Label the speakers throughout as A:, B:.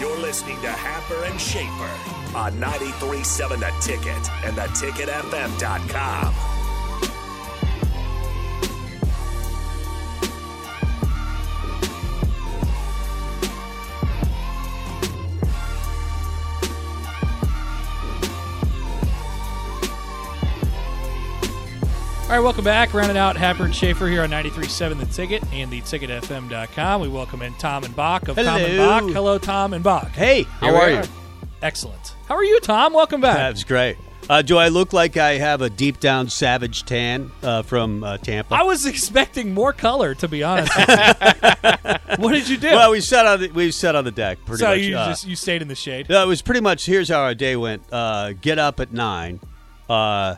A: You're listening to Happer and Shaper on 937 The Ticket and theticketfm.com.
B: All right, welcome back. Rounding out Happer and Schaefer here on 93.7 The Ticket and theticketfm.com. We welcome in Tom and Bach of Tom and
C: Hello.
B: Bach. Hello, Tom and Bach.
C: Hey, how
B: we
C: are you?
B: Excellent. How are you, Tom? Welcome back.
C: That's great. Uh, do I look like I have a deep down savage tan uh, from uh, Tampa?
B: I was expecting more color, to be honest. with you. what did you do?
C: well, we sat on the, we sat on the deck pretty
B: so
C: much.
B: you
C: uh,
B: just you stayed in the shade.
C: no, it was pretty much here's how our day went. Uh, get up at nine, uh,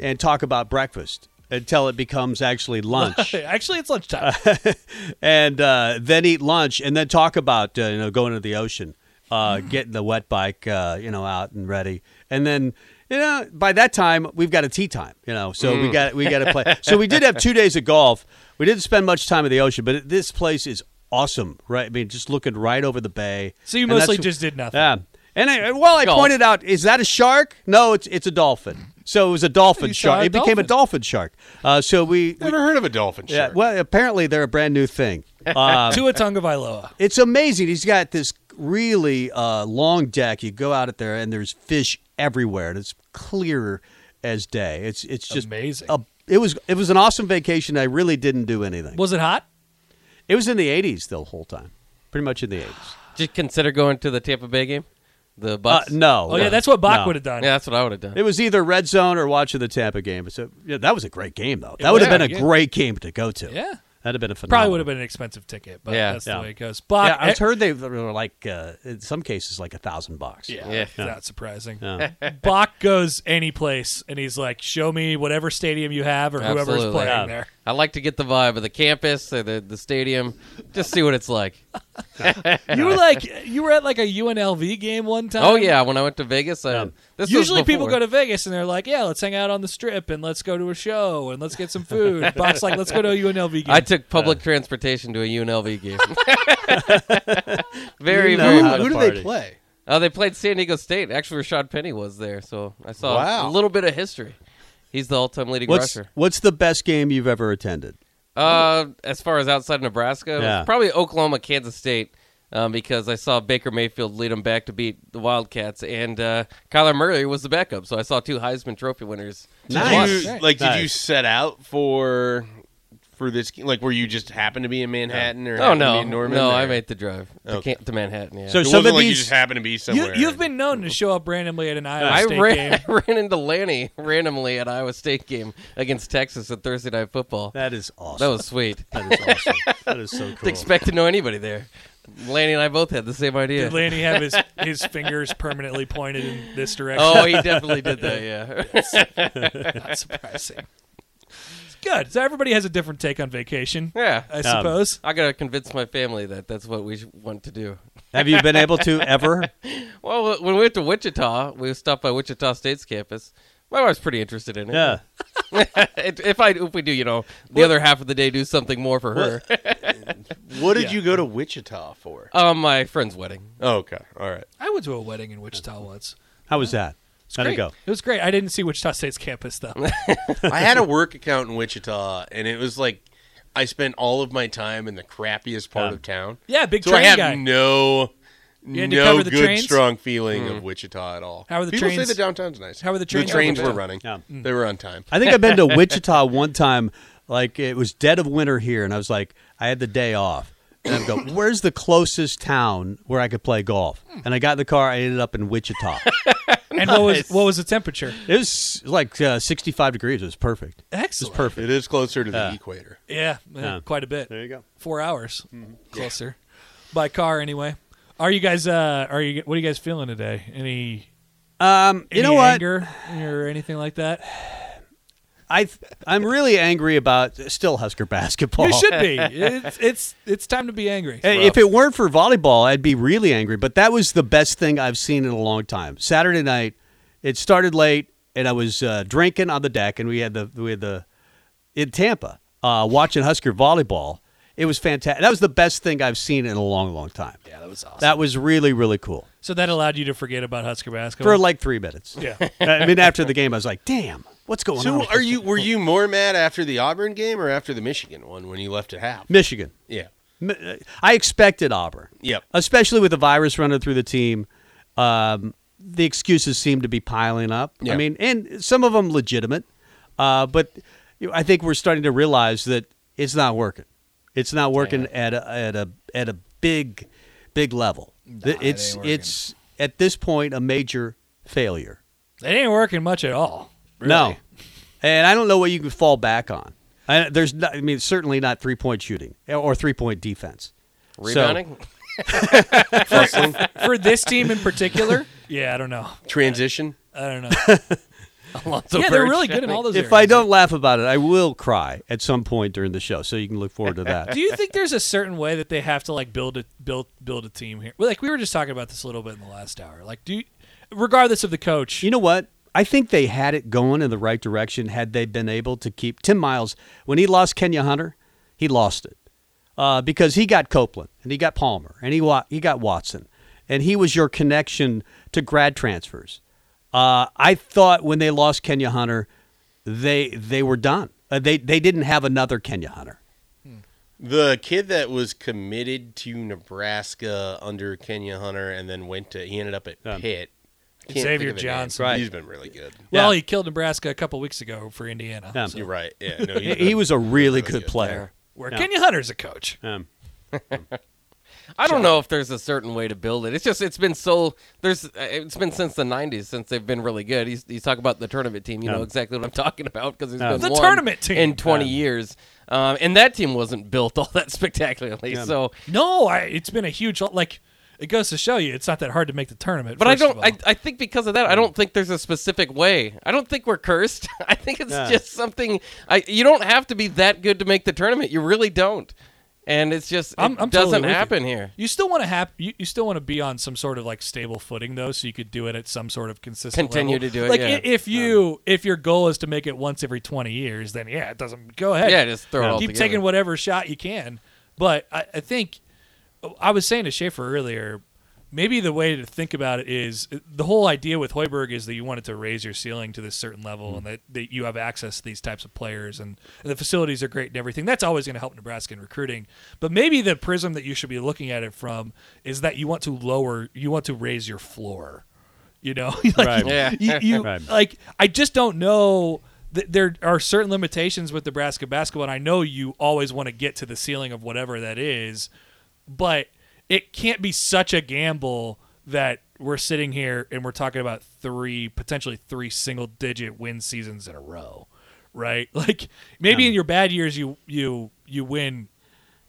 C: and talk about breakfast until it becomes actually lunch.
B: Actually, it's lunchtime.
C: and uh, then eat lunch, and then talk about uh, you know going to the ocean, uh,
B: Mm.
C: getting the wet bike uh, you know out and ready, and then you know by that time we've got a tea time, you know, so
B: Mm.
C: we got we got to play. so we did have two days of golf. We didn't spend much time at the ocean, but this place is awesome, right? I mean, just looking right over the bay.
B: So you
C: And that's
B: mostly
C: wh-
B: just did nothing.
C: Yeah, and I, well, I
D: Golf.
C: pointed out, is that a shark? No, it's it's a dolphin. So it was a dolphin
B: You saw
C: shark.
B: a
C: it became a
B: dolphin.
C: dolphin shark. Uh, so we, we
D: Never heard of a dolphin
C: yeah,
D: shark.
C: well, apparently they're a brand new thing. Uh,
B: Tua Tonga Vailoa.
C: it's amazing. He's got this really uh, long deck. You go out there, and there's fish everywhere, and it's clear as day. It's it's just
B: Amazing.
C: a- it was it was an awesome vacation. I really didn't do anything.
B: Was it hot?
C: It was in the 80s the whole time, pretty much in the 80s.
D: Did you consider going to the Tampa Bay game? The
C: Uh,
D: Bucks?
C: no.
B: Oh yeah, that's what Bach
C: No.
B: would have done.
D: Yeah, that's what I would have done.
C: It was either red zone or watching the Tampa game. So yeah, that was a great game though. That would have
D: was,
C: been a
D: yeah.
C: great game to go to.
B: Yeah.
C: that'd have been a phenomenal.
B: Probably would have been an expensive ticket, but
D: Yeah.
B: that's
C: Yeah.
B: the way it goes. Bach, eh,
C: Yeah, I was heard they were like uh, in some cases like a thousand bucks.
B: Yeah,
D: Yeah.
B: it's not surprising. Bach goes any place, and he's like, "Show me whatever stadium you have, or whoever's
D: Absolutely.
B: playing
D: Yeah.
B: there."
D: I like to get the vibe of the campus, or the the stadium, just see what it's like.
B: You were like, you were at like a UNLV game one time.
D: Oh yeah, when I went to Vegas, I, this was
B: Usually people
D: before.
B: go to Vegas and they're like, "Yeah, let's hang out on the strip and let's go to a show and let's get some food." Bach's like, "Let's go to a UNLV game."
D: I took public transportation to a UNLV game. very
C: You know
D: very
C: how
D: much
C: to
E: Who do
C: party.
E: they play?
D: Uh, they played San Diego State. Actually, Rashad Penny was there, so I saw
E: Wow.
D: a little bit of history. He's the all-time leading
C: What's
D: rusher.
C: what's the best game you've ever attended?
D: Uh, as far as outside Nebraska, it was
C: Yeah.
D: probably Oklahoma, Kansas State, um, because I saw Baker Mayfield lead them back to beat the Wildcats, and uh, Kyler Murray was the backup. So I saw two Heisman Trophy winners.
E: Did you, like, did you
C: Nice.
E: set out for for this? Like, were you just happened to be in Manhattan or
D: Oh
E: happened to
D: no,
E: be in Norman?
D: no,
E: or-
D: I made the drive to,
E: Okay. uh,
D: Can- to Manhattan. Yeah.
C: So
E: It
C: some
E: wasn't
C: of
E: like you
C: these
E: just happened to be somewhere.
B: you, have been known to show up randomly at an Iowa
D: I
B: State
D: ran,
B: game.
D: I ran into Lanny randomly at Iowa State game against Texas at Thursday Night Football.
C: That is awesome.
D: That was sweet.
C: that is awesome. that is so cool.
D: Didn't expect to know anybody there. Lanny and I both had the same idea.
B: Did Lanny have his his fingers permanently pointed in this direction?
D: oh, he definitely did that. Yeah.
B: not surprising. It's good. So everybody has a different take on vacation,
D: yeah.
B: I suppose.
D: I gotta convince my family that that's what we sh- want to do.
C: Have you been able to ever?
D: Well, when we went to Wichita, we stopped by Wichita State's campus. My wife's pretty interested in it.
C: Yeah.
D: If if I if we do, you know, the other half of the day, do something more for her.
E: What did you go to Wichita for?
D: um, my friend's wedding.
E: Oh, okay, all right.
B: I went to a wedding in Wichita once.
C: How was that? How'd it
B: Great.
C: go?
B: It was great. I didn't see Wichita State's campus though.
E: I had a work account in Wichita, and it was like I spent all of my time in the crappiest part
C: Yeah.
E: of town.
B: Yeah, big
E: so I
B: train
E: have
B: guy.
E: no
B: had to
E: no
B: cover the
E: good
B: trains?
E: strong feeling of Wichita at all.
B: How are the
E: People
B: trains-
E: say the downtown's nice.
B: How are the Mm. trains
E: The trains
B: over
E: were
B: there?
E: running.
C: Yeah.
E: They were on time.
C: I think I've been to Wichita one time. Like it was dead of winter here, and I was like, I had the day off, and I'm going, where's the closest town where I could play golf? And I got in the car. I ended up in Wichita.
B: And what was what was the temperature?
C: it was like uh, 65 degrees. It was perfect.
B: Excellent.
E: It is closer to the equator.
B: Yeah, yeah,
C: Yeah.
B: quite a bit.
C: you go. Mm-hmm.
B: Four hours closer by car, anyway. Are you guys? Uh, are you? What are you guys feeling today? Any?
C: Um, you
B: any
C: know what?
B: Anger or anything like that?
C: I th- I'm really angry about still Husker basketball.
B: You should be. It's it's it's time to be angry.
C: Oh. Hey, Uh, If it weren't for volleyball, I'd be really angry. But that was the best thing I've seen in a long time. Saturday night, it started late, and I was uh, drinking on the deck, and we had the we had the in Tampa uh, watching Husker volleyball, It was fantastic. That was the best thing I've seen in a long, long time.
E: Yeah, that was awesome.
C: That was really, really cool
B: So that allowed you to forget about Husker basketball.
C: for like three minutes.
B: yeah.
C: I mean, after the game, I was like, damn, what's going on?
E: so
C: with
E: are
C: this
E: you
C: thing?
E: were you more mad after the Auburn game or after the Michigan one when you left at half?
C: Michigan?
E: Yeah.
C: Mi- I expected Auburn.
E: Yep.
C: Especially with the virus running through the team, um, the excuses seem to be piling up. I
E: Yeah.
C: mean, and some of them legitimate, uh, but you know, I think we're starting to realize that it's not working. It's not working at a, at a at a big big level. Th-
F: it
C: it's
F: ain't working.
C: it's at this point a major failure.
B: It ain't working much at all.
C: No, and I don't know what you can fall back on. I, there's, not, I mean, certainly not three point shooting or three point defense. So-
D: Rebounding?
F: for this team in particular.
B: Yeah, I don't know.
E: Transition.
B: I don't know.
D: Alonzo
B: yeah, they're
D: Birch.
B: really good in all those.
C: if
B: areas.
C: I don't laugh about it, I will cry at some point during the show. So you can look forward to that.
B: do you think there's a certain way that they have to like build a build build a team here? Well, Like we were just talking about this a little bit in the last hour. Like, do you, regardless of the coach,
C: you know what? I think they had it going in the right direction had they been able to keep Tim Miles. When he lost Kenya Hunter, he lost it uh, because he got Copeland and he got Palmer and he wa- he got Watson and he was your connection to grad transfers. Uh, I thought when they lost Kenya Hunter, they they were done. Uh, they they didn't have another Kenya Hunter.
E: The kid that was committed to Nebraska under Kenya Hunter and then went to he ended up at
C: Um,
E: Pitt. I can't
B: Xavier
E: think of the name.
B: Johnson.
C: Right.
E: He's been really good.
B: well,
C: Yeah.
B: he killed Nebraska a couple weeks ago for Indiana.
C: Um,
E: You're right. Yeah. No,
C: he,
E: he's
C: he
E: been-
C: was a really
E: really
C: good
E: good
C: player.
B: Where
C: Yeah.
B: Kenya Hunter's a coach.
C: Um,
D: I don't know if there's a certain way to build it. It's just it's been so there's uh, it's been since the '90s since they've been really good. He's, he's talking about the tournament team. You know exactly what I'm talking about because there's been
B: The
D: one
B: tournament team.
D: in 20 years, um, and that team wasn't built all that spectacularly. So,
B: No, I, it's been a huge like. It goes to show you, it's not that hard to make the tournament.
D: but I
B: first of
D: don't. I,
B: all. Hmm.
D: I think because of that, I don't think there's a specific way. I don't think we're cursed. I think it's
C: Yeah.
D: just something. I you don't have to be that good to make the tournament. You really don't. And it's just it
B: I'm- I'm totally
D: doesn't
B: with you.
D: happen here.
B: You still want to have you, you still want to be on some sort of like stable footing though, so you could do it at some sort of consistent.
D: Continue
B: level.
D: to do it,
B: Like
D: yeah.
B: i- if you if your goal is to make it once every twenty years, then yeah, it doesn't go ahead.
D: Yeah, just throw it all
B: Keep
D: together.
B: taking whatever shot you can. But I, I think I was saying to Schaefer earlier, maybe the way to think about it is uh, the whole idea with Hoiberg is that you wanted to raise your ceiling to this certain level
D: Mm.
B: and that, that you have access to these types of players and, and the facilities are great and everything. That's always going to help Nebraska in recruiting. But maybe the prism that you should be looking at it from is that you want to lower, you want to raise your floor. You know, like,
C: Right.
B: you- you,
D: Yeah.
B: you-
C: Right.
B: like I just don't know. Th- There are certain limitations with Nebraska basketball, and I know you always want to get to the ceiling of whatever that is, but it can't be such a gamble that we're sitting here and we're talking about three, potentially three single digit win seasons in a row, right? Like maybe in your bad years, you you you win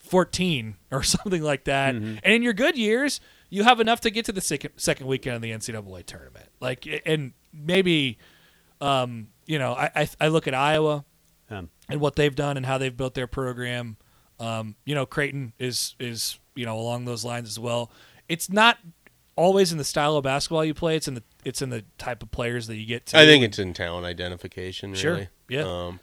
B: 14 or something like that.
E: Mm-hmm.
B: And in your good years, you have enough to get to the second, second weekend of the NCAA tournament. Like, and maybe, um, you know, I, I, I look at Iowa
C: um,
B: and what they've done and how they've built their program. Um, you know, Creighton is is you know along those lines as well. It's not always in the style of basketball you play. It's in the it's in the type of players that you get to.
E: I think it's in talent identification. Really.
B: Sure, yeah.
E: Um,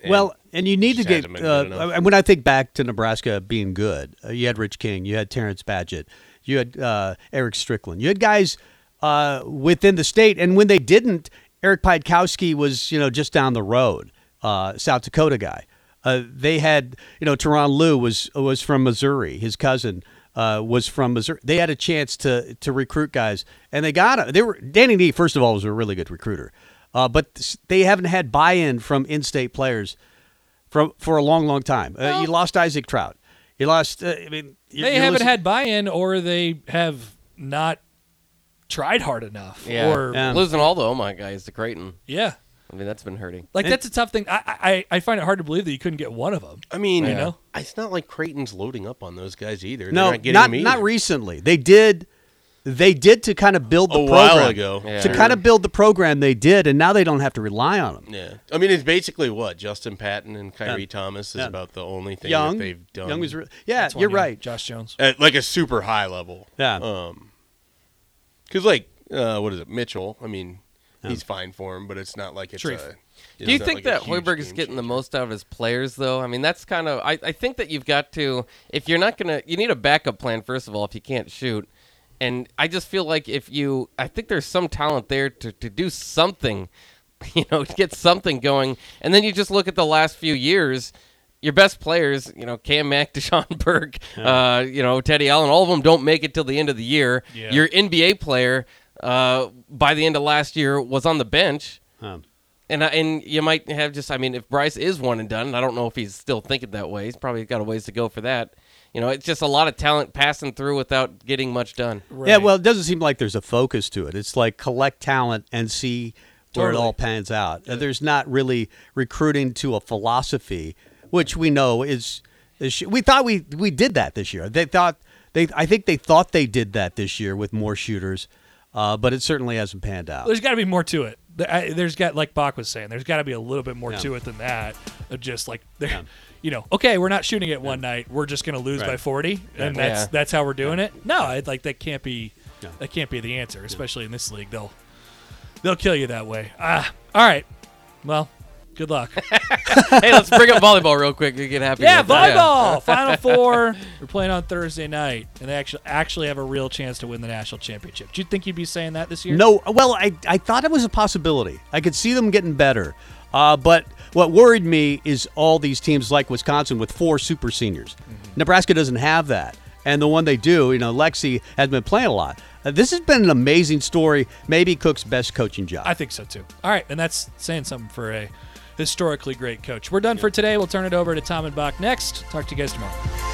E: and-
C: Well, and you need to
E: just
C: get.
E: hasn't been
C: Uh,
E: good enough.
C: and when I think back to Nebraska being good, uh, you had Rich King, you had Terrence Badgett, you had uh, Eric Strickland, you had guys uh, within the state, and when they didn't, Eric Piedkowski was you know just down the road, uh, South Dakota guy. Uh, they had you know Teron Liu was was from Missouri, his cousin. Uh, was from Missouri. They had a chance to to recruit guys, and they got them. They were Danny D. First of all, was a really good recruiter, uh, but s- they haven't had buy-in from in-state players from for a long, long time. Uh, you lost Isaac Trout. You lost. Uh, I mean, you-
B: they
C: you
B: haven't
C: listen-
B: had buy-in or they have not tried hard enough.
D: Yeah.
B: Or
C: Yeah.
D: Losing oh all the Omaha guys to Creighton.
B: yeah.
D: I mean, that's been hurting.
B: Like that's a tough thing. I, I I find it hard to believe that you couldn't get one of them.
E: I mean,
B: You know?
E: it's not like Creighton's loading up on those guys either. They're
C: No,
E: not getting
C: not
E: them either.
C: not recently. They did. They did to kind of build the
E: A while
C: program
E: ago.
D: Yeah.
C: To kind of build the program, they did, and now they don't have to rely on them.
E: Yeah, I mean, it's basically what Justin Patton and Kyrie Thomas is
C: Yeah.
E: about the only thing
C: Young,
E: that they've done.
C: Young was re- yeah.
B: That's one,
C: You're
B: yeah.
C: right.
B: Josh Jones.
E: at like a super high level.
C: Yeah.
E: uh, Um, because like uh, what is it, Mitchell? I mean, he's fine for him, but it's not like it's
B: Sharif.
E: a.
D: Do you think that Hoiberg is getting the most out of his players, though? I mean, that's kind of. I, I think that you've got to. If you're not going to. You need a backup plan, first of all, if you can't shoot. And I just feel like if you. I think there's some talent there to, to do something, you know, to get something going. And then you just look at the last few years. Your best players, you know, Cam Mack, Deshaun Burke, uh, you know, Teddy Allen, all of them don't make it till the end of the year.
B: Yeah.
D: Your NBA player, uh, by the end of last year, was on the bench.
C: Um,
D: And I, and you might have just I mean if Bryce is one and done, and I don't know if he's still thinking that way. He's probably got a ways to go for that. You know, it's just a lot of talent passing through without getting much done.
C: Yeah, well, it doesn't seem like there's a focus to it. It's like collect talent and see where
B: Totally.
C: it all pans out. Uh, There's not really recruiting to a philosophy, which we know is. is sh- we thought we we did that this year. They thought they. I think they thought they did that this year with more shooters, uh, but it certainly hasn't panned out.
B: There's got to be more to it. Th- I- There's got like Bach was saying. There's got to be a little bit more to it than that. Of just like there, you know, okay, we're not shooting it one night. We're just going to lose by 40, and that's
D: Yeah.
B: that's how we're doing it. No, I, like that can't be that can't be the answer, especially in this league. They'll they'll kill you that way. Ah, all right. Well, good luck.
D: hey, let's bring up volleyball real quick. You get happy.
B: yeah,
D: with that.
B: volleyball final four. We're playing on Thursday night, and they actually actually have a real chance to win the national championship. Do you think you'd be saying that this year?
C: No, well, I, I thought it was a possibility. I could see them getting better. Uh, but what worried me is all these teams like Wisconsin with four super seniors.
B: Mm-hmm.
C: Nebraska doesn't have that. And the one they do, you know, Lexi has been playing a lot. Uh, this has been an amazing story. Maybe Cook's best coaching job.
B: I think so too. All right, and that's saying something for a historically great coach. We're done for today. We'll turn it over to Tom and Bach next. Talk to you guys tomorrow.